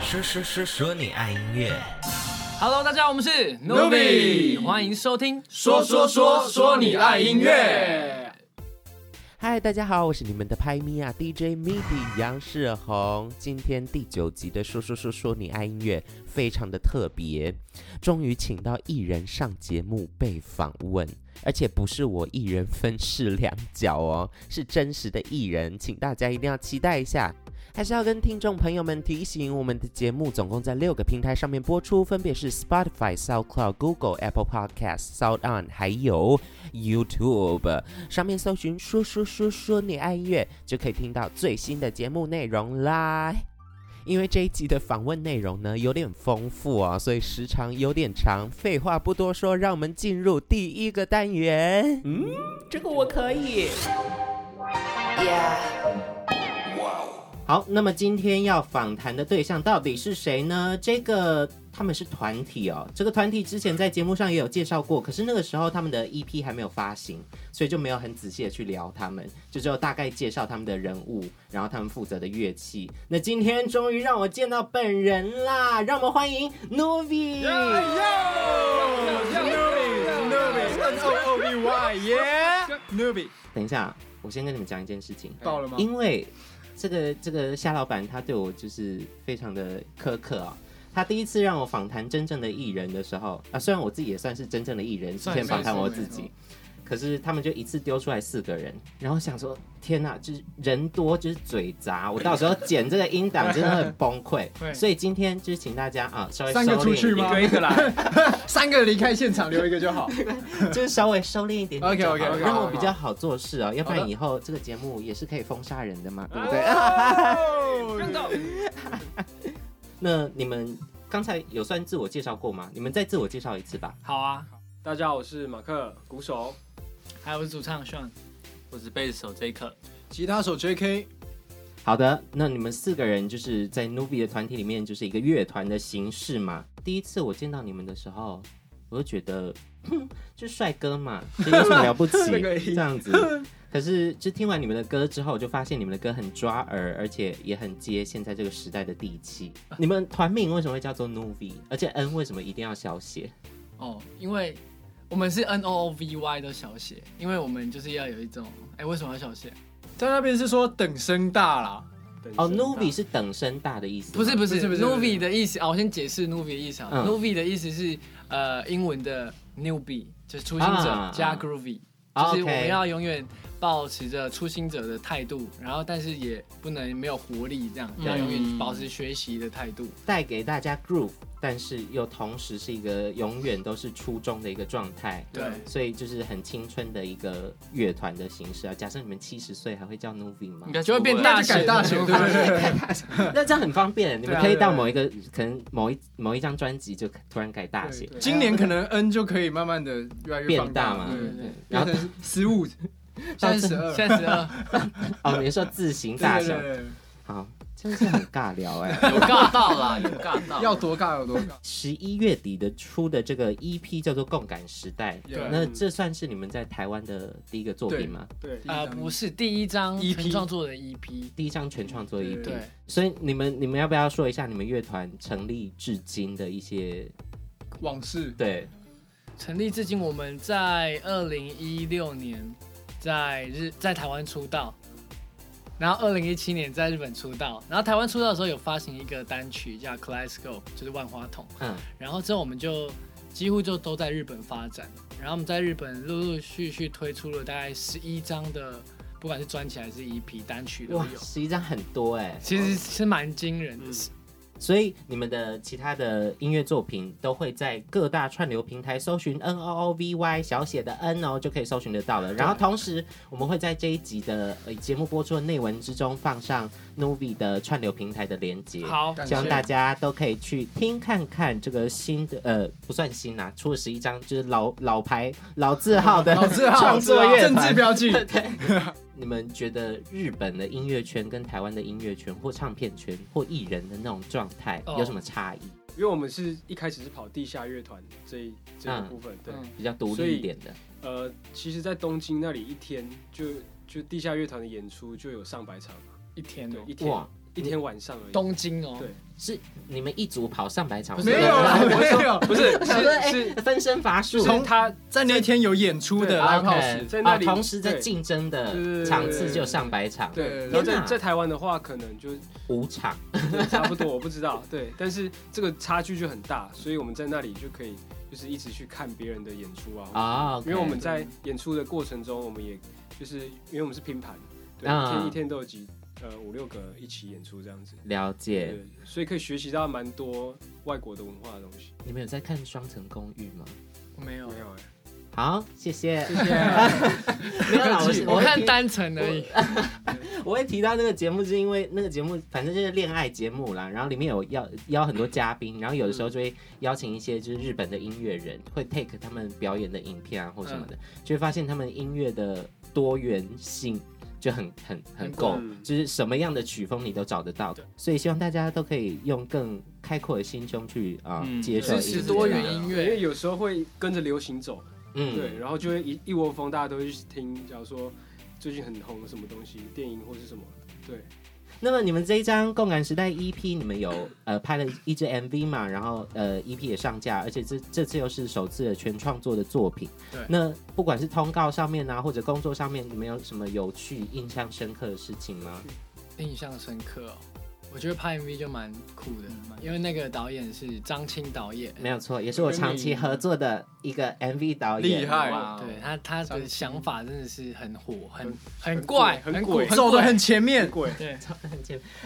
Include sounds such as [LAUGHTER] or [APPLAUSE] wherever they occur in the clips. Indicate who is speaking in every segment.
Speaker 1: 说说说说你爱音乐，
Speaker 2: Hello，大家，我们是
Speaker 3: Novi
Speaker 2: 欢迎收听。
Speaker 3: 说说说说你爱音乐，
Speaker 1: 嗨，大家好，我是你们的拍咪啊 DJ MIDI 杨世宏。今天第九集的说说说说你爱音乐非常的特别，终于请到艺人上节目被访问，而且不是我一人分饰两角哦，是真实的艺人，请大家一定要期待一下。还是要跟听众朋友们提醒，我们的节目总共在六个平台上面播出，分别是 Spotify、SoundCloud、Google、Apple Podcast、Sound On，还有 YouTube。上面搜寻“说说说说你爱音乐”，就可以听到最新的节目内容啦。因为这一集的访问内容呢有点丰富啊、所以时长有点长。废话不多说，让我们进入第一个单元。嗯，这个我可以。好，那么今天要访谈的对象到底是谁呢？这个他们是团体哦，这个团体之前在节目上也有介绍过，可是那个时候他们的 EP 还没有发行，所以就没有很仔细的去聊他们，就只有大概介绍他们的人物，然后他们负责的乐器。那今天终于让我见到本人啦，让我们欢迎 Novi。
Speaker 3: Newbie，
Speaker 1: 等一下，我先跟你们讲一件事情，
Speaker 3: 到了吗？
Speaker 1: 因为这个这个夏老板他对我就是非常的苛刻啊、他第一次让我访谈真正的艺人的时候啊，虽然我自己也算是真正的艺人，之
Speaker 3: 算是
Speaker 1: 前访谈我
Speaker 3: 没错
Speaker 1: 自己，可是他们就一次丢出来四个人，然后想说天哪，就是人多就是嘴杂，我到时候剪这个音档真的很崩溃
Speaker 3: [LAUGHS] 对。
Speaker 1: 所以今天就是请大家啊，稍微收
Speaker 3: 三个出去
Speaker 1: 敛， [LAUGHS]
Speaker 3: 吗？
Speaker 2: 一个一个来，
Speaker 3: 三个离开现场，留一个就好。
Speaker 1: 就是稍微收敛一点点
Speaker 3: OK，OK，OK，
Speaker 1: 就好了
Speaker 3: 好
Speaker 1: 让
Speaker 3: 好
Speaker 1: 我比较好做事啊、要不
Speaker 3: 好
Speaker 1: 然
Speaker 3: 的
Speaker 1: 以后这个节目也是可以封杀人的嘛，对不对？
Speaker 2: 看到
Speaker 1: 那你们刚才有算自我介绍过吗？你们再自我介绍一次吧。
Speaker 2: 好啊，
Speaker 4: 大家好，我是马克，鼓手。
Speaker 2: 还有我是主唱 Sean，我是贝斯手 J 克。
Speaker 3: 吉他手 J.K.
Speaker 1: 好的，那你们四个人就是在 Nubi 的团体里面，就是一个乐团的形式嘛。第一次我见到你们的时候，我就觉得，就帅哥嘛，这有什么了不起
Speaker 3: 那个
Speaker 1: 这样子？可是，就听完你们的歌之后，我就发现你们的歌很抓耳，而且也很接现在这个时代的地气。你们团名为什么会叫做 Nubi？而且 N 为什么一定要小写？
Speaker 2: 哦，因为我们是 N O O V Y 的小写，因为我们就是要有一种，哎，为什么要小写？
Speaker 3: 在那边是说等声大啦。
Speaker 1: 哦，Nubi 是等身大的意思吗，
Speaker 2: 不是不
Speaker 3: 不
Speaker 2: 是
Speaker 3: 是不是不
Speaker 2: ，Novi
Speaker 3: 是
Speaker 2: 的意思啊，我先解释 Novi 的意思啊。
Speaker 1: 嗯
Speaker 2: Novi 的意思是呃英文的 newbie，就是初心者
Speaker 1: 啊
Speaker 2: 加
Speaker 1: 啊
Speaker 2: groovy，
Speaker 1: 啊
Speaker 2: 就是我
Speaker 1: OK
Speaker 2: 们要永远保持着初心者的态度，然后但是也不能没有活力，这样要永远保持学习的态度。
Speaker 1: 带给大家 groove，但是又同时是一个永远都是初衷的一个状态。
Speaker 2: 对
Speaker 1: 所以就是很青春的一个乐团的形式啊。假设你们七十岁还会叫 Novi 吗？
Speaker 2: 就会变
Speaker 3: 那
Speaker 2: 大
Speaker 3: 就改大写，对不对？
Speaker 1: 那这样很方便，你
Speaker 3: 对
Speaker 1: 们
Speaker 3: 啊
Speaker 1: 可以到某一个可能某一某一张专辑就突然改大写，
Speaker 3: 今年可能 N 就可以慢慢的越来越
Speaker 1: 变
Speaker 3: 放
Speaker 1: 大嘛。
Speaker 3: 对
Speaker 1: 对
Speaker 3: 对
Speaker 1: 对
Speaker 3: 对
Speaker 1: 对然
Speaker 3: 变
Speaker 1: 后
Speaker 3: 成十五，
Speaker 1: 到
Speaker 3: 现在嗯十二，
Speaker 2: 现在十 [LAUGHS] 二，
Speaker 1: 哦，你说字形大
Speaker 3: 对
Speaker 1: 小
Speaker 3: 对，对
Speaker 1: 好，真的是很尬聊哎、
Speaker 5: 有尬到啦，有尬到。
Speaker 2: [LAUGHS]
Speaker 3: 对，要多尬有多尬。
Speaker 1: 十一月底的出的这个 EP 叫做《共感时代》，
Speaker 3: 对
Speaker 1: 那这算是你们在台湾的第一个作品吗？
Speaker 4: 对，
Speaker 2: 呃，不是第一张
Speaker 3: EP
Speaker 2: 纯创作的 EP，
Speaker 1: 第一张全创作 E EP，
Speaker 2: E 对，
Speaker 1: 所以你们你们要不要说一下你们乐团成立至今的一些
Speaker 3: 往事，
Speaker 1: 对
Speaker 2: 成立至今，我们在二零一六年在日在台湾出道，然后二零一七年在日本出道，然后台湾出道的时候有发行一个单曲叫《Classical》，就是万花筒，
Speaker 1: 嗯
Speaker 2: 然后之后我们就几乎就都在日本发展，然后我们在日本陆陆续续推出了大概十一张的，不管是专辑还是 EP 单曲都
Speaker 1: 哇，嗯
Speaker 2: 有，
Speaker 1: 实际上很多哎，
Speaker 2: 其实是蛮惊人的。
Speaker 1: 所以你们的其他的音乐作品都会在各大串流平台搜寻 N O O V Y 小写的 N 哦，就可以搜寻得到了。然后同时我们会在这一集的呃节目播出的内文之中放上 Novi 的串流平台的连接。
Speaker 2: 好，
Speaker 3: 感
Speaker 1: 希望
Speaker 3: 谢
Speaker 1: 大家都可以去听看看这个新的呃不算新啦、出了十一张就是老老牌老字号的
Speaker 3: 老字号
Speaker 1: 创作乐
Speaker 3: 政
Speaker 1: 团
Speaker 3: 治标记，
Speaker 1: [LAUGHS] 你们觉得日本的音乐圈跟台湾的音乐圈或唱片圈或艺人的那种状态
Speaker 2: 哦
Speaker 1: 有什么差异？
Speaker 4: 因为我们是一开始是跑地下乐团这一这个
Speaker 1: 嗯
Speaker 4: 部分，对，
Speaker 3: 嗯
Speaker 1: 比较独立一点的，
Speaker 4: 呃，其实，在东京那里一天就就地下乐团的演出就有上百场，
Speaker 2: 一天
Speaker 4: 对
Speaker 2: 哦，，
Speaker 4: 一天
Speaker 1: 嗯哇
Speaker 4: 一天晚上而已。
Speaker 2: 东京哦，
Speaker 4: 对
Speaker 1: 是你们一组跑上百场
Speaker 4: 不，是
Speaker 3: 没有啦，
Speaker 4: 我
Speaker 3: 没
Speaker 4: 说
Speaker 3: 有，
Speaker 4: 不是
Speaker 1: 想说
Speaker 4: 是
Speaker 1: 哎
Speaker 4: 是
Speaker 1: [LAUGHS] 分身乏术，
Speaker 4: 啊是他
Speaker 3: 在那一天有演出
Speaker 4: 对
Speaker 3: 的
Speaker 1: OK，
Speaker 3: live house，
Speaker 4: 在那里
Speaker 1: 哦同时在
Speaker 4: 对
Speaker 1: 竞争
Speaker 4: 对对
Speaker 1: 的
Speaker 4: 对
Speaker 1: 场次就上百场，
Speaker 4: 对，
Speaker 3: 对
Speaker 4: 然后
Speaker 1: 天
Speaker 4: 在
Speaker 1: 哪
Speaker 4: 在台湾的话，可能就
Speaker 1: 五场，
Speaker 4: 对差不多，我不知道。对，但是这个差距就很大，所以我们在那里就可以就是一直去看别人的演出啊，
Speaker 1: 哦，OK，
Speaker 4: 因为我们在演出的过程中，我们也就是因为我们是拼盘，对，
Speaker 1: 啊
Speaker 4: 一天一天都有几呃五六个一起演出这样子，
Speaker 1: 了解。
Speaker 4: 对，所以可以学习到蛮多外国的文化的东西。
Speaker 1: 你们有在看《双层公寓》吗？
Speaker 2: 没有
Speaker 4: 没，
Speaker 1: 啊
Speaker 4: 有哎、
Speaker 1: 好，谢谢。
Speaker 4: 谢谢。
Speaker 1: [LAUGHS] 没有啦，我是
Speaker 2: [LAUGHS] 我
Speaker 1: 会
Speaker 2: 看
Speaker 1: 提
Speaker 2: 单层而已。
Speaker 1: 我会提到那个节目，是因为那个节目反正就是恋爱节目啦，然后里面有邀邀很多嘉宾，然后有的时候就会邀请一些就是日本的音乐人，会 take 他们表演的影片啊或什么的，就会发现他们音乐的多元性。就很很很
Speaker 2: 很
Speaker 1: 够，
Speaker 4: 嗯
Speaker 1: 就是什么样的曲风你都找得到，所以希望大家都可以用更开阔的心胸去啊、
Speaker 3: 嗯
Speaker 1: 接受
Speaker 2: 支
Speaker 1: 音乐
Speaker 2: 持
Speaker 1: 啊
Speaker 2: 多元音
Speaker 4: 因
Speaker 2: 乐，
Speaker 4: 为有时候会跟着流行走，
Speaker 1: 嗯，
Speaker 4: 对，然后就会一一窝蜂，大家都会去听，假如说最近很红的什么东西，电影或是什么，对，
Speaker 1: 那么你们这一张《共感时代》EP，你们有呃拍了一支 MV 嘛？然后呃 EP 也上架，而且这这次又是首次的全创作的作品。
Speaker 2: 对
Speaker 1: 那不管是通告上面啊，或者工作上面，你们有什么有趣、印象深刻的事情吗？
Speaker 3: 嗯
Speaker 2: 印象深刻哦。我觉得拍 MV 就蛮酷的，因为那个导演是张清导演，
Speaker 1: 没有错，也是我长期合作的一个 MV 导演。
Speaker 3: 厉害
Speaker 6: 哇哦
Speaker 2: 对他他的想法真的是很火，很很
Speaker 4: 很
Speaker 2: 怪，
Speaker 4: 很
Speaker 2: 很
Speaker 3: [LAUGHS]
Speaker 4: 鬼
Speaker 2: 鬼，
Speaker 3: 走的
Speaker 2: 怪
Speaker 3: 很前面，
Speaker 4: 贵，
Speaker 2: 对，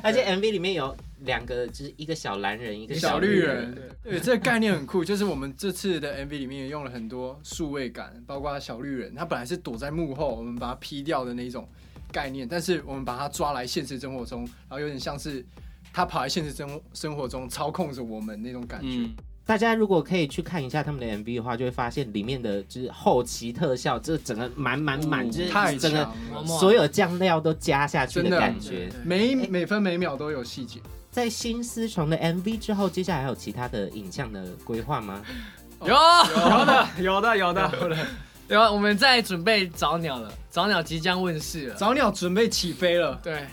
Speaker 1: 而且 MV 里面有两个，就是一个小蓝人，一个
Speaker 3: 小
Speaker 1: 哎绿
Speaker 3: 绿人。对，这个概念很酷，就是我们这次的 MV 里面也用了很多数位感，包括小绿人，他本来是躲在幕后，我们把他 P 掉的那种概念，但是我们把他抓来现实生活中，然后有点像是他跑来现实生活生活中操控着我们那种感觉。
Speaker 4: 嗯，
Speaker 1: 大家如果可以去看一下他们的 MV 的话，就会发现里面的就是后期特效，这整个满满满，就
Speaker 3: 哦太
Speaker 1: 是
Speaker 3: 强
Speaker 1: 整个
Speaker 3: 了，
Speaker 1: 所有酱料都加下去的感觉。
Speaker 2: 啊对
Speaker 3: 每
Speaker 1: 哎
Speaker 3: 每分每秒都有细节。
Speaker 1: 在新丝虫的 MV 之后，接下来还有其他的影像的规划吗？ [LAUGHS]
Speaker 2: 有 [LAUGHS]
Speaker 4: 有啊的，有的，有的，
Speaker 2: 有啊，我们在准备早鸟了，早鸟即将问世
Speaker 3: [LAUGHS]
Speaker 2: 了。
Speaker 3: 早鸟准备起飞了，
Speaker 2: 对，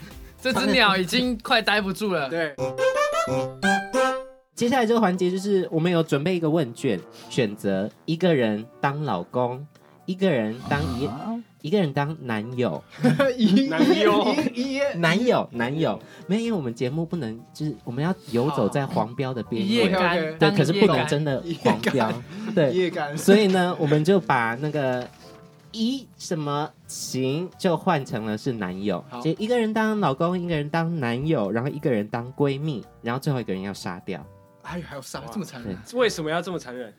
Speaker 2: 这只鸟已经快待不住
Speaker 1: [LAUGHS]
Speaker 2: 了。
Speaker 4: 对，
Speaker 1: 接下来这个环节就是我们有准备一个问卷，选择一个人当老公，一个人当一，一个人当男友，
Speaker 3: [LAUGHS] 一
Speaker 4: 男哦优
Speaker 3: 一一
Speaker 1: 男友男哦友，没有，因为我们节目不能就是我们要游走在黄标的边
Speaker 2: 一夜
Speaker 1: 缘，
Speaker 2: 干，
Speaker 1: 对，
Speaker 2: 当
Speaker 1: 可是
Speaker 2: 一
Speaker 1: 不
Speaker 2: 夜
Speaker 1: 能
Speaker 2: 干
Speaker 1: 真的
Speaker 3: 一夜
Speaker 1: 黄
Speaker 3: 干
Speaker 1: 标，对，
Speaker 3: 夜 [LAUGHS] 感
Speaker 1: 所以呢，我们就把那个一什么情就换成了是男友，
Speaker 3: 好
Speaker 1: 就一个人当老公，一个人当男友，然后一个人当闺蜜，然后最后一个人要杀掉，
Speaker 3: 还哎有还有啥
Speaker 4: 哇
Speaker 3: 这么残忍？
Speaker 4: 为什么要这么残忍？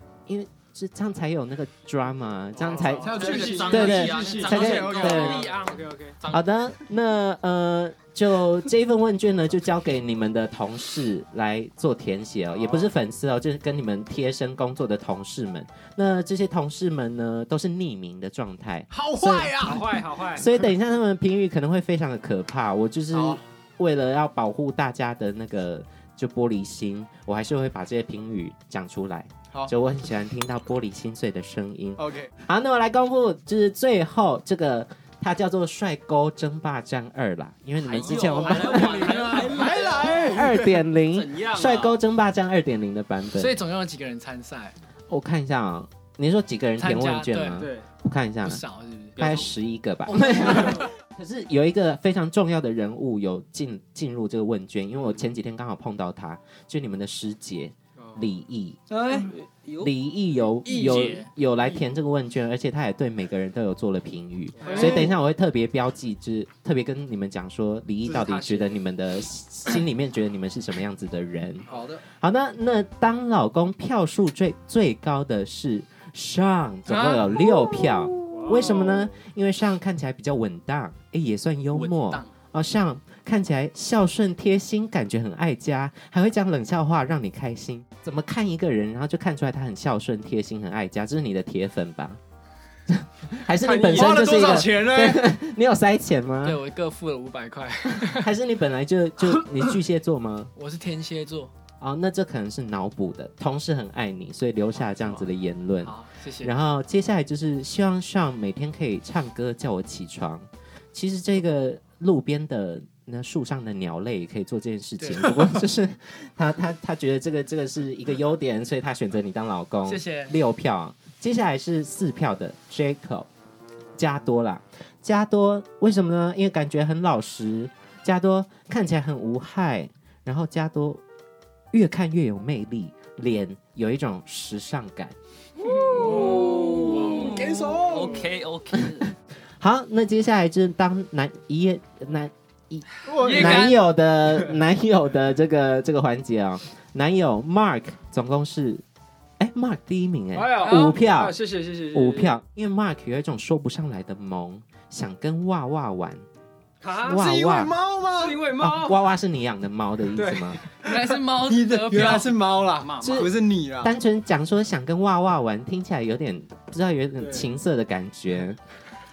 Speaker 1: 是这样才有那个 drama，这样才。
Speaker 3: 才有剧情，
Speaker 1: 对对才
Speaker 6: 张
Speaker 1: 可以
Speaker 6: 学
Speaker 3: 啊
Speaker 6: 友
Speaker 1: 对
Speaker 6: 力昂
Speaker 4: OK OK，
Speaker 1: 好的，那呃，就这一份问卷呢，就交给你们的同事来做填写哦，也不是粉丝哦，就是跟你们贴身工作的同事们。那这些同事们呢，都是匿名的状态，
Speaker 3: 好
Speaker 1: 坏
Speaker 4: 好
Speaker 3: 啊！
Speaker 4: 坏，好坏，
Speaker 1: 所以等一下他们的评语可能会非常的可怕。我就是
Speaker 3: 好
Speaker 1: 为了要保护大家的那个就玻璃心，我还是会把这些评语讲出来。
Speaker 3: 好
Speaker 1: 就我很喜欢听到玻璃心碎的声音。
Speaker 3: OK，
Speaker 1: 好，那我来公布，就是最后这个。它叫做《帅哥争霸战二》啦，因为你们之前我们
Speaker 6: 还晚了，还来
Speaker 1: [LAUGHS] 二点零
Speaker 6: 怎样啊？
Speaker 1: 《帅哥争霸战二点零》的版
Speaker 2: 所
Speaker 1: 本，
Speaker 2: 以总共有几个人参赛？
Speaker 1: 我看一下啊、你说几个人填
Speaker 2: 参加
Speaker 1: 问卷吗？
Speaker 4: 对，
Speaker 1: 我看一下啊，
Speaker 2: 不少是不是？
Speaker 1: 大概十一个吧。
Speaker 2: 没有，
Speaker 1: [LAUGHS] 可是有一个非常重要的人物有进进入这个问卷，因为我前几天刚好碰到他，就你们的师姐李毅，
Speaker 3: 哎，
Speaker 1: 李毅有
Speaker 2: 哦毅
Speaker 1: 有
Speaker 2: 姐
Speaker 1: 有来填这个问卷，而且他也对每个人都有做了评语，
Speaker 4: 哎
Speaker 1: 所以等一下我会特别标记，就是特别跟你们讲说李毅到底觉得你们的心里面觉得你们是什么样子的人。
Speaker 3: 好的，
Speaker 1: 好的，那当老公票数最最高的是上，总共有六票。为什么
Speaker 3: 哦
Speaker 1: 呢？因为上看起来比较稳当，诶，也算幽默
Speaker 2: 稳当
Speaker 1: 哦。上看起来孝顺贴心，感觉很爱家，还会讲冷笑话让你开心。怎么看一个人，然后就看出来他很孝顺贴心，很爱家，这是你的铁粉吧？ [LAUGHS] 还是你本
Speaker 3: 花
Speaker 1: 身
Speaker 3: 了
Speaker 1: 就是
Speaker 3: 多
Speaker 1: 一
Speaker 3: 少
Speaker 1: 个？
Speaker 3: 钱呢？
Speaker 1: 对，你有塞钱吗
Speaker 2: 对？我各付了五百块。
Speaker 1: 还是你本来就就你巨蟹座吗？
Speaker 2: 我是天蝎座，
Speaker 1: 哦，那这可能是脑补的。同事很爱你，所以留下这样子的言论。
Speaker 2: 好，谢谢。
Speaker 1: 然后接下来就是希望上每天可以唱歌叫我起床。其实这个路边的那树上的鸟类也可以做这件事情，
Speaker 2: 对
Speaker 1: 不过就是他他他觉得这个这个是一个优点，所以他选择你当老公。
Speaker 2: 谢谢
Speaker 1: 六票，接下来是四票的 Jacob 加多啦，加多为什么呢？因为感觉很老实，加多看起来很无害，然后加多越看越有魅力，脸有一种时尚感。哦
Speaker 3: 给手
Speaker 4: 哦
Speaker 7: OK OK，
Speaker 1: 好，那接下来就是当男一夜男
Speaker 3: 我
Speaker 2: 也
Speaker 1: 男友的男友的这个这个环节哦，男友 Mark 总共是，哎，Mark 第一名哎，
Speaker 4: 哎呦
Speaker 1: 五票
Speaker 4: 啊谢谢谢谢谢谢
Speaker 1: 五票，因为 Mark 有一种说不上来的萌，想跟娃娃玩，
Speaker 4: 啊，
Speaker 1: 哇
Speaker 3: 是因为猫吗
Speaker 4: 是？因为
Speaker 1: 啊
Speaker 4: 猫，
Speaker 1: 娃娃是你养的猫的意思吗？
Speaker 2: 原来是猫
Speaker 3: 你
Speaker 2: 得
Speaker 3: 的原来
Speaker 2: 标，
Speaker 3: 是猫啦，
Speaker 1: 是
Speaker 3: 不是你啦。
Speaker 1: [LAUGHS] 单纯讲说想跟娃娃玩，听起来有点不知道有点
Speaker 4: 对
Speaker 1: 情色的感觉。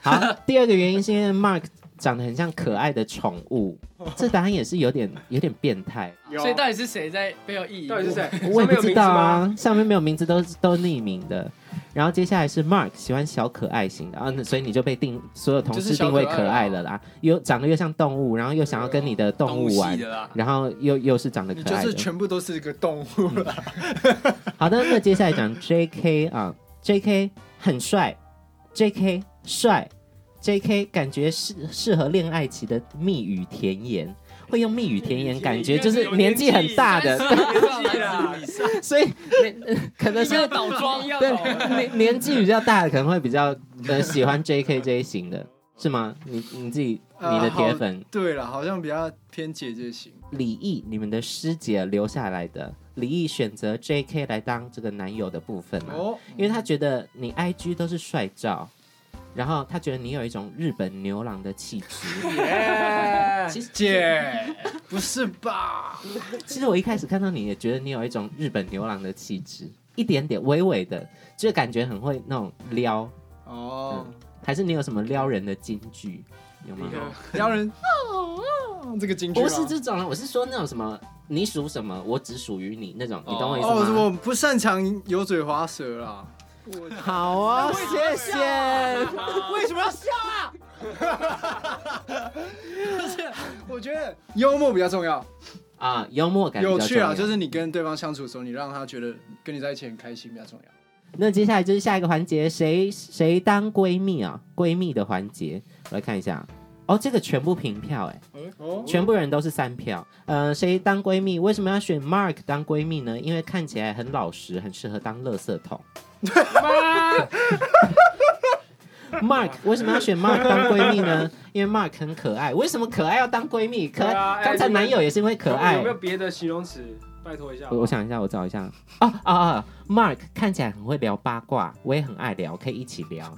Speaker 1: 好，第二个原因是因为 Mark 长得很像可爱的宠物，这答案也是有点有点变态。
Speaker 2: 所以到底是谁在背后意淫？
Speaker 4: 到底是谁？
Speaker 1: 我也
Speaker 4: 上面
Speaker 1: 不
Speaker 4: 有名
Speaker 1: 知
Speaker 4: 字
Speaker 1: 道
Speaker 4: 吗？
Speaker 1: 啊，上面没有名字都是都匿名的。然后接下来是 Mark 喜欢小可爱型的啊，那所以你就被定所有同
Speaker 3: 就
Speaker 1: 事
Speaker 3: 是小
Speaker 1: 定位
Speaker 3: 可爱
Speaker 1: 可爱
Speaker 3: 啊
Speaker 1: 了啦，又长得又像动物，然后又想要跟你的动物玩，
Speaker 7: 的啦，
Speaker 1: 然后又又是长得
Speaker 3: 你
Speaker 1: 可
Speaker 3: 就
Speaker 1: 爱
Speaker 3: 是
Speaker 1: 的。
Speaker 3: 全部都是一个动物了，
Speaker 1: 好的，那接下来讲 J.K. 啊，J.K. 很帅，J.K. 帅，J.K. 感觉适适合恋爱期的蜜语甜言，会用蜜语甜言，感觉就是年纪很大的， [LAUGHS]
Speaker 4: 是啊，
Speaker 1: 所以 [LAUGHS] 那可能是
Speaker 2: 要倒装，要
Speaker 1: 对
Speaker 2: 倒装。，
Speaker 1: [LAUGHS] 年年纪比较大的可能会比较呃喜欢 J.K. 这一型的，是吗？你你自己
Speaker 3: 呃
Speaker 1: 你的铁粉、
Speaker 3: 对了，好像比较偏姐姐型。
Speaker 1: 李毅，你们的师姐留下来的李毅选择 J.K. 来当这个男友的部分嘛，
Speaker 3: 哦，
Speaker 1: 因为他觉得你 IG 都是帅照，然后他觉得你有一种日本牛郎的气
Speaker 3: [LAUGHS]
Speaker 1: 质。
Speaker 4: 耶
Speaker 1: 哎其实
Speaker 3: 姐，不是吧？
Speaker 1: 其实我一开始看到你也觉得你有一种日本牛郎的气质，一点点微微的，就是感觉很会那种撩，
Speaker 3: 哦，
Speaker 1: 还是你有什么撩人的金句？有吗？
Speaker 3: 撩人，哦这个京剧吗
Speaker 1: 不是这种了，啊我是说那种什么，你属什么，我只属于你那种，你懂我意思吗？
Speaker 3: 哦，我不擅长油嘴滑舌啊啦。
Speaker 1: 好哦，谢谢。
Speaker 3: 为什么要笑啊？我觉得幽默比较重要，
Speaker 1: 啊，幽默感比较
Speaker 3: 有
Speaker 1: 重
Speaker 3: 趣啊，
Speaker 1: 要
Speaker 3: 就是你跟对方相处的时候，你让他觉得跟你在一起很开心比较重要。
Speaker 1: 那接下来就是下一个环节，谁谁当闺蜜啊？闺蜜的环节，我来看一下。哦，这个全部平票哎、
Speaker 3: 哦，
Speaker 1: 全部人都是三票。呃，谁当闺蜜？为什么要选 Mark 当闺蜜呢？因为看起来很老实，很适合当垃圾桶。Mark 为什么要选 Mark 当闺蜜呢？因为 Mark 很可爱。为什么可爱要当闺蜜？可
Speaker 4: 对啊
Speaker 1: 爱，
Speaker 4: 哎
Speaker 1: 刚才
Speaker 4: 你们
Speaker 1: 男友也是因为可爱
Speaker 4: 有没。有别的形容词？拜托一下。
Speaker 1: 我我想一下，我找一下。啊啊啊！Mark 看起来很会聊八卦，我也很爱聊，可以一起聊。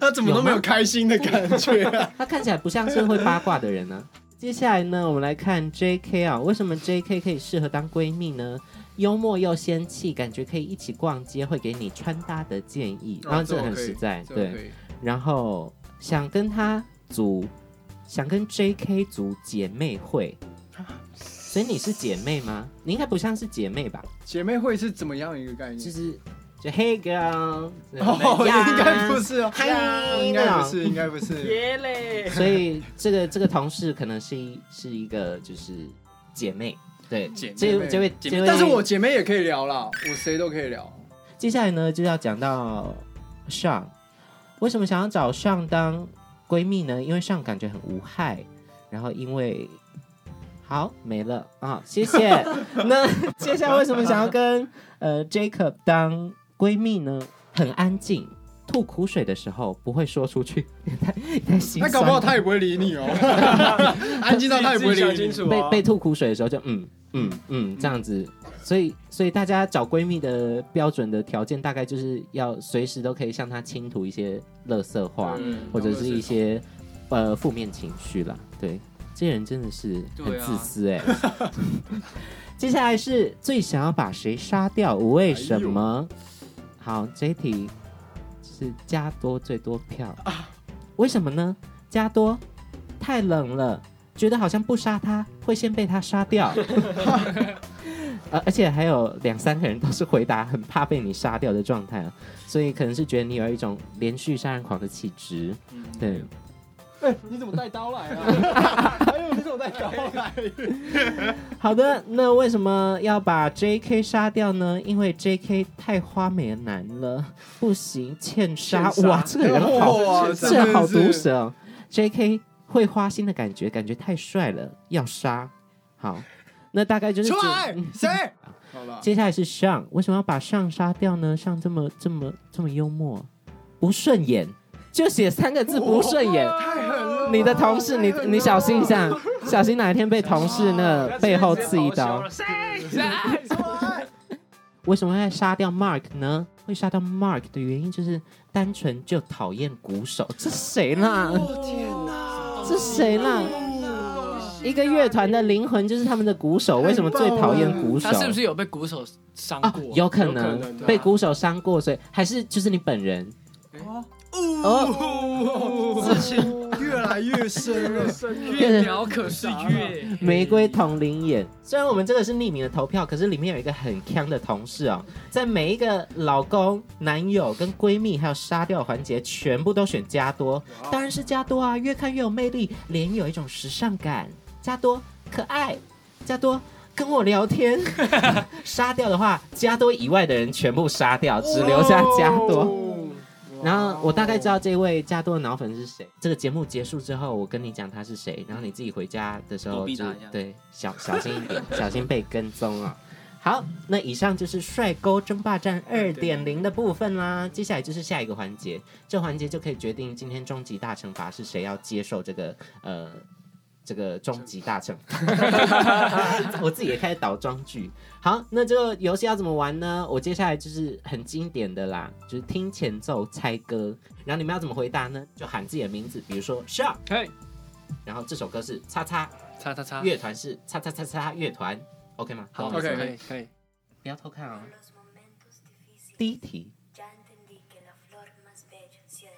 Speaker 3: 他怎么都没有开心的感觉 [LAUGHS] 啊！
Speaker 1: 他看起来不像是会八卦的人
Speaker 3: [LAUGHS]
Speaker 1: 呢、接下来呢，我们来看 J.K. 啊，为什么 J.K. 可以适合当闺蜜呢？幽默又仙气，感觉可以一起逛街，会给你穿搭的建议，然后这个很实在，
Speaker 3: 哦这个可
Speaker 1: 对。
Speaker 3: 以，
Speaker 1: 然后想跟他组，想跟 J.K. 组姐妹
Speaker 3: [LAUGHS]
Speaker 1: 会，所以你是姐妹吗？你应该不像是姐妹吧？
Speaker 3: 姐妹会是怎么样一个概
Speaker 1: 就
Speaker 3: 念？
Speaker 1: 是就 Hey girl，
Speaker 3: 嗯哦，
Speaker 1: 啊
Speaker 3: 应该不，是
Speaker 1: [LAUGHS]
Speaker 3: 哦，
Speaker 1: 嗨
Speaker 3: 应该不是，应该不是。
Speaker 4: 耶
Speaker 7: [LAUGHS]
Speaker 4: 嘞，
Speaker 1: 所以这个这个同事可能是一是一个就是姐妹，对，
Speaker 7: 姐妹
Speaker 1: 这这位
Speaker 7: 姐妹
Speaker 1: 这位，
Speaker 3: 但是我姐妹也可以聊啦，我谁都可以聊。
Speaker 1: 接下来呢就要讲到上，为什么想要找上当闺蜜呢？因为上感觉很无害，然后因为好没了啊，谢谢。那 [LAUGHS] 接下来为什么想要跟呃 Jacob 当闺蜜呢？很安静。吐苦水的时候不会说出去， [LAUGHS] 太太心
Speaker 3: 那
Speaker 1: 酸了。
Speaker 3: 搞不好他也不会
Speaker 1: [LAUGHS]
Speaker 3: 理你哦，安静到他也不会
Speaker 4: 自己想
Speaker 3: 理
Speaker 4: 清
Speaker 3: 你。
Speaker 4: 楚
Speaker 1: 被
Speaker 4: 啊。
Speaker 1: 被吐苦水的时候就嗯嗯嗯这样子，所以所以大家找闺蜜的标准的条件大概就是要随时都可以向她倾吐一些垃圾话，
Speaker 4: 嗯
Speaker 1: 或者是一些呃负面情绪啦。对，这些人真的是很
Speaker 7: 对啊
Speaker 1: 自私哎、接下来是最想要把谁杀掉？为什么？好，这一题是加多最多票，为什么呢？加多太冷了，觉得好像不杀他会先被他杀掉。呃，而且还有两三个人都是回答很怕被你杀掉的状态啊，所以可能是觉得你有一种连续杀人狂的气质。对，
Speaker 3: 哎、你怎么带刀来啊？还有你怎么带刀来？
Speaker 1: 好的，那为什么要把 J.K. 杀掉呢？因为 J.K. 太花美男了，不行，欠杀。
Speaker 4: 欠杀
Speaker 1: 哇，这个人好，
Speaker 3: 哇
Speaker 1: 这人好毒
Speaker 3: 哦真的是
Speaker 1: 舌哦。J.K. 会花心的感觉，感觉太帅了，要杀。好，那大概就是
Speaker 3: 出
Speaker 1: 指
Speaker 3: 来
Speaker 1: 嗯，
Speaker 3: 谁？好了，
Speaker 1: 接下来是上，为什么要把上杀掉呢？上这么这么这么幽默，不顺眼，就写三个字不顺眼。
Speaker 3: 太狠了！
Speaker 1: 你的同事，你你小心一下，小心哪一天被同事那背后
Speaker 4: 直接
Speaker 1: 刺一
Speaker 4: 咆哮
Speaker 1: 刀
Speaker 4: 了。谁？
Speaker 1: [LAUGHS] 为什么要杀掉 Mark 呢？会杀掉 Mark 的原因就是单纯就讨厌鼓手，这谁啦？
Speaker 3: 天哪
Speaker 1: 这谁啦？一个乐团的灵魂就是他们的鼓手，
Speaker 4: 哎
Speaker 1: 为什么最讨厌鼓手
Speaker 2: 他？是不是有被鼓手伤
Speaker 1: 啊
Speaker 2: 过？，
Speaker 1: 有可
Speaker 4: 有可
Speaker 1: 能
Speaker 4: 能啊哎
Speaker 1: 被鼓手伤过，所以还是就是你本人。哦，
Speaker 2: 事情
Speaker 3: 越来越
Speaker 1: [LAUGHS]
Speaker 3: 深了。
Speaker 2: 越聊可是越
Speaker 1: 玫瑰同龄眼。虽然我们这个是匿名的投票，可是里面有一个很强的同事哦，在每一个老公、男友、跟闺蜜还有杀掉环节，全部都选加多，当然是加多啊，越看越有魅力，脸有一种时尚感，加多可爱，加多。跟我聊天，杀掉的话，加多以外的人全部杀掉，只留下加多。 [LAUGHS] 然后我大概知道这位加多的脑粉是谁。这个节目结束之后，我跟你讲他是谁，然后你自己回家的时候
Speaker 8: 躲避
Speaker 1: 就
Speaker 8: 他一下
Speaker 1: 对小小心一点，小心被跟踪啊、好，那以上就是帅哥争霸战二点零的部分啦。接下来就是下一个环节，这环节就可以决定今天终极大惩罚是谁要接受这个呃这个终极大惩
Speaker 8: [LAUGHS]
Speaker 1: 罚。我自己也开始倒装句。好，那这个游戏要怎么玩呢？我接下来就是很经典的啦，就是听前奏猜歌，然后你们要怎么回答呢？就喊自己的名字，比如说 Shark，
Speaker 4: 嘿
Speaker 1: 然后这首歌是叉叉，
Speaker 2: 擦擦擦。
Speaker 1: 乐团是叉叉叉叉乐团，OK 吗？
Speaker 2: 啊好
Speaker 1: 懂我意思吗
Speaker 3: OK
Speaker 2: 可以可以。
Speaker 1: 不要偷看哦。第一题，
Speaker 7: Ya entendí que la flor más bella se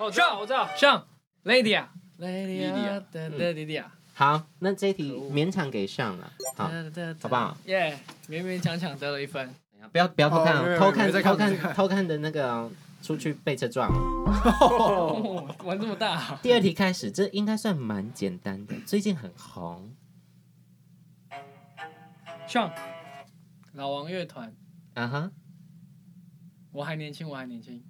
Speaker 7: alisa.
Speaker 4: 哦，我知道，我知道。
Speaker 2: 像 Lady 啊，Lady 啊，Lady 啊，
Speaker 1: 好，那这一题
Speaker 2: 可恶
Speaker 1: 勉强给上了，好，
Speaker 2: 嗯
Speaker 1: 好不好？
Speaker 2: 耶，勉勉强强得了一分。
Speaker 1: 不要不要偷看
Speaker 3: 哦没
Speaker 1: 哦，
Speaker 3: 有
Speaker 1: 偷
Speaker 3: 没
Speaker 1: 看
Speaker 3: 有在
Speaker 1: 偷
Speaker 3: 看没在
Speaker 1: 看
Speaker 3: 看
Speaker 1: 偷看的那个哦出去被车撞哦。
Speaker 2: 哦，玩这么大啊，
Speaker 1: 第二题开始，这应该算蛮简单的，最近很红。
Speaker 2: 像老王乐团，
Speaker 1: 啊哈，
Speaker 2: 我还年轻，我还年轻。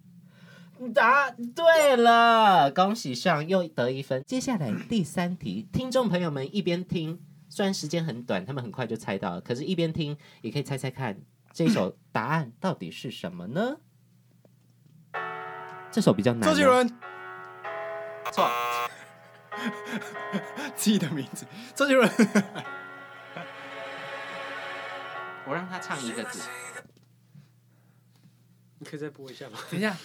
Speaker 1: 答啊对了，恭喜上又得一分。接下来第三题，听众朋友们一边听，虽然时间很短，他们很快就猜到了，可是一边听也可以猜猜看这首答案到底是什么呢？这首比较难、
Speaker 3: 周杰
Speaker 1: 哦，
Speaker 3: 伦，错，自己的名字，周杰伦。
Speaker 1: 我让他唱一个字。
Speaker 4: 你可以再播一下吗？
Speaker 2: 等一下，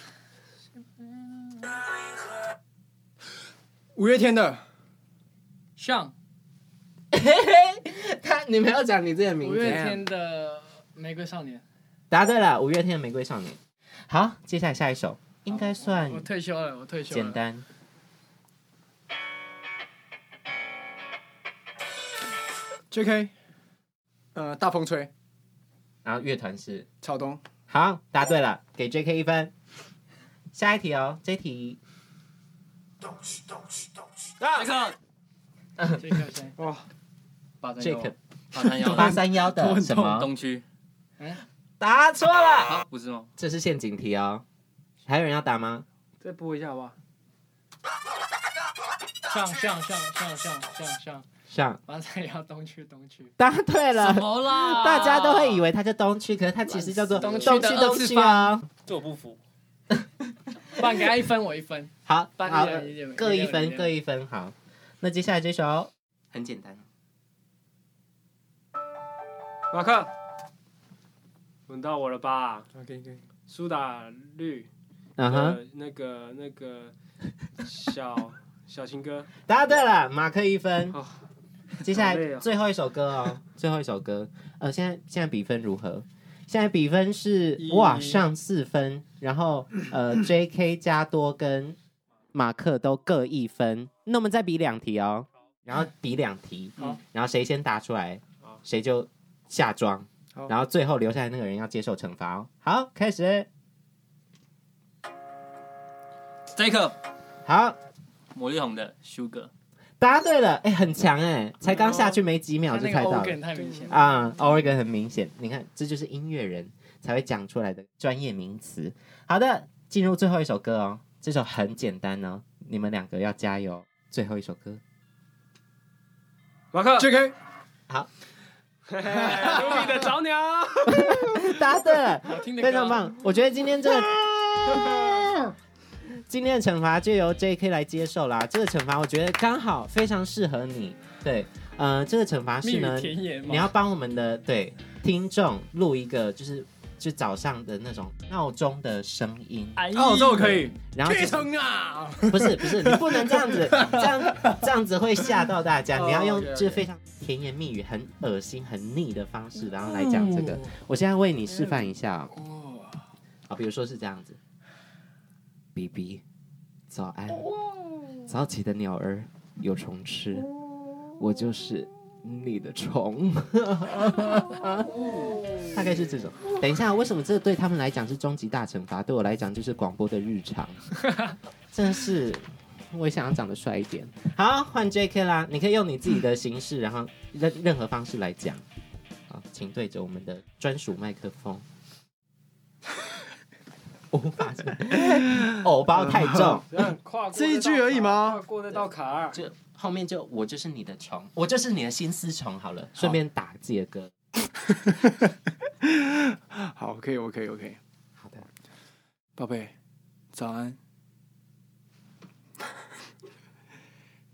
Speaker 3: 五月天的
Speaker 2: 像
Speaker 1: 他，你没有讲你自己的名
Speaker 2: 五
Speaker 1: 字。
Speaker 2: 月天的《玫瑰少年
Speaker 1: 答对了，五月天的《玫瑰少年》。好，接下来下一首应该》，算
Speaker 2: 我退休了，我退休了。
Speaker 1: 简单。
Speaker 3: J.K.，呃，大风吹，
Speaker 1: 然后乐团是
Speaker 3: 草东，
Speaker 1: 好，答对了，给 J.K. 一分。下一题哦，这题
Speaker 8: 那个
Speaker 2: 这个谁？
Speaker 8: 八三幺
Speaker 1: Jake
Speaker 8: 八三幺
Speaker 1: [LAUGHS] 八三幺的什么？
Speaker 8: 东区
Speaker 1: 答错了，
Speaker 8: 啊，不是吗？
Speaker 1: 这是陷阱题哦。还有人要答吗？
Speaker 4: 再播一下好不好？
Speaker 2: 像像像像像像像，
Speaker 1: 上
Speaker 2: 马上也要东区东区。
Speaker 1: 答对了，
Speaker 2: 么啦
Speaker 1: 大家都会以为它叫东区，可是它其实叫做
Speaker 2: 东
Speaker 1: 东
Speaker 2: 区
Speaker 1: 区
Speaker 2: 的二
Speaker 1: 东
Speaker 2: 次
Speaker 1: 区
Speaker 2: 方
Speaker 1: 哦。
Speaker 8: 这我不服。
Speaker 2: 不然给他一分，我一分。
Speaker 1: 好，
Speaker 2: 半
Speaker 1: 好
Speaker 2: 夜一点，
Speaker 1: 各一
Speaker 2: 一
Speaker 1: 分，
Speaker 2: 点
Speaker 1: 各一分。好，那接下来这首很简单，
Speaker 4: 马克，轮到我了吧？
Speaker 3: OK OK，
Speaker 4: 苏打绿
Speaker 1: 嗯哼，
Speaker 4: 的那个那个小小情歌，
Speaker 1: 答对了，马克一分
Speaker 4: 哦。
Speaker 1: 接下
Speaker 4: 好累
Speaker 1: 来
Speaker 4: 哦
Speaker 1: 最后一首歌哦，最后一首歌，呃，现在现在比分如何？现在比分是
Speaker 3: 一
Speaker 1: 哇上四分，然后呃 J.K. 加多跟马克都各一分，那我们再比两题哦，然后比两题，
Speaker 2: 好
Speaker 1: 然后谁先答出来
Speaker 4: 好，
Speaker 1: 谁就下庄
Speaker 3: 好，
Speaker 1: 然后最后留下来那个人要接受惩罚哦。好，开始。
Speaker 8: Jake
Speaker 1: 好，
Speaker 8: 魔力红的 Sugar，
Speaker 1: 答对了，哎、很强哎、才刚下去没几秒
Speaker 2: 他
Speaker 1: 就
Speaker 2: 那
Speaker 1: 猜
Speaker 2: 个
Speaker 1: 到
Speaker 2: o
Speaker 1: 了
Speaker 2: g a n 太明显了。
Speaker 1: 啊、o r e g o n 很明显，你看，这就是音乐人才会讲出来的专业名词。好的，进入最后一首歌哦，这首很简单哦，你们两个要加油。最后一首
Speaker 2: [LAUGHS]
Speaker 1: 歌，
Speaker 4: 马克，
Speaker 3: JK，
Speaker 4: 牛逼的早鸟，
Speaker 1: 答对了，
Speaker 2: 听的歌
Speaker 1: 非常棒。我觉得今天这个。
Speaker 2: [LAUGHS]
Speaker 1: 今天的惩罚就由 J.K. 来接受啦。这个惩罚我觉得刚好非常适合你。对，呃，这个惩罚
Speaker 2: 蜜
Speaker 1: 是呢
Speaker 2: 语，甜言嘛，
Speaker 1: 你要帮我们的对听众录一个，就是就早上的那种闹钟的声音，
Speaker 2: 哎呀
Speaker 3: 哦，这我可以。
Speaker 1: 然后就
Speaker 3: 继
Speaker 1: 是
Speaker 3: 承啊！
Speaker 1: [LAUGHS] 不是不是，你不能这样 [LAUGHS] 子，这样这样子会吓到大家。
Speaker 3: 哦
Speaker 1: 你要用
Speaker 3: OK，OK
Speaker 1: 就是非常甜言蜜语、很恶心、很腻的方式，然后来讲这个。我现在为你示范一下哦，啊，比如说是这样子，B B，早安，早起的鸟儿有虫吃，我就是你的虫， [LAUGHS] 大概是这种。等一下，为什么这对他们来讲是终极大惩罚，对我来讲就是广播的日 [LAUGHS] 常？真的是，我也想要长得帅一点。好，换 J.K. 啦，你可以用你自己的形式，然后任任何方式来讲。好，请对着我们的专属麦克 [LAUGHS] 风。我无法想，偶包太重，
Speaker 4: 跨过
Speaker 3: 这一句而已吗
Speaker 4: 跨过那道坎儿，
Speaker 1: 就后面就我就是你的虫，我就是你的心丝虫。好了，顺便打自己的歌。
Speaker 3: 好，可以，我可以，我可以。
Speaker 1: 好的，
Speaker 3: 宝贝，早安。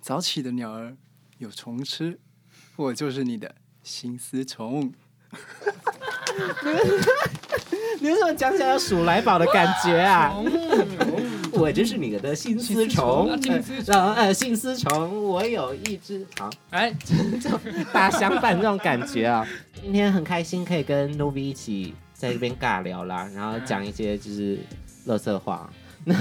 Speaker 3: 早起的鸟儿有虫吃，我就是你的心丝虫。
Speaker 1: 你为什么讲起来有鼠来宝的感觉啊？ [LAUGHS] 我就是你的心丝虫， [LAUGHS] 呃呃，心丝虫，我有一只好。
Speaker 2: 哎，
Speaker 1: [LAUGHS] 大相伴这种感觉啊。今天很开心可以跟 Novi 一起在这边尬聊啦，然后讲一些就是乐色话。 [LAUGHS] 那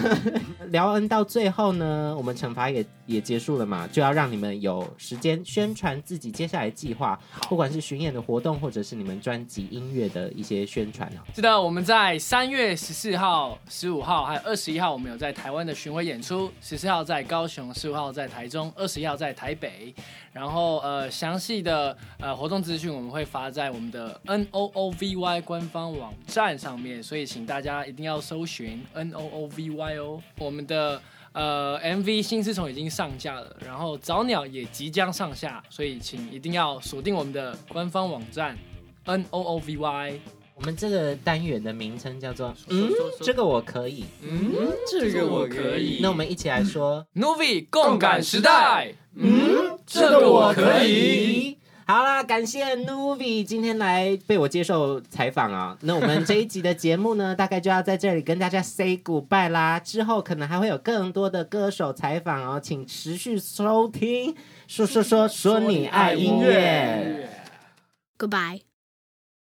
Speaker 1: 聊完到最后呢，我们惩罚也也结束了嘛，就要让你们有时间宣传自己接下来的计划，不管是巡演的活动，或者是你们专辑音乐的一些宣传啊。
Speaker 2: 是的，我们在三月十四号、十五号还有二十一号，我们有在台湾的巡回演出。十四号在高雄，十五号在台中，二十一号在台北。然后呃，详细的呃活动资讯我们会发在我们的 N O O V Y 官方网站上面，所以请大家一定要搜寻 N O O V Y 哦。我们的呃 MV《新丝虫》已经上架了，然后早鸟也即将上架，所以请一定要锁定我们的官方网站 N O O V Y。
Speaker 1: 我们这个单元的名称叫做“嗯，这个我可以
Speaker 2: 嗯。
Speaker 3: 这个我
Speaker 8: 可以”。
Speaker 1: 那我们一起来说
Speaker 2: Novi 共感时代，嗯，
Speaker 1: 这个我可。以。好啦，感谢 Nuvi 今天来被我接受采访啊。那我们这一集的节目呢，大概就要在这里跟大家 say goodbye 啦。之后可能还会有更多的歌手采访哦，请持续收听。说说说说你爱音乐。
Speaker 7: Goodbye.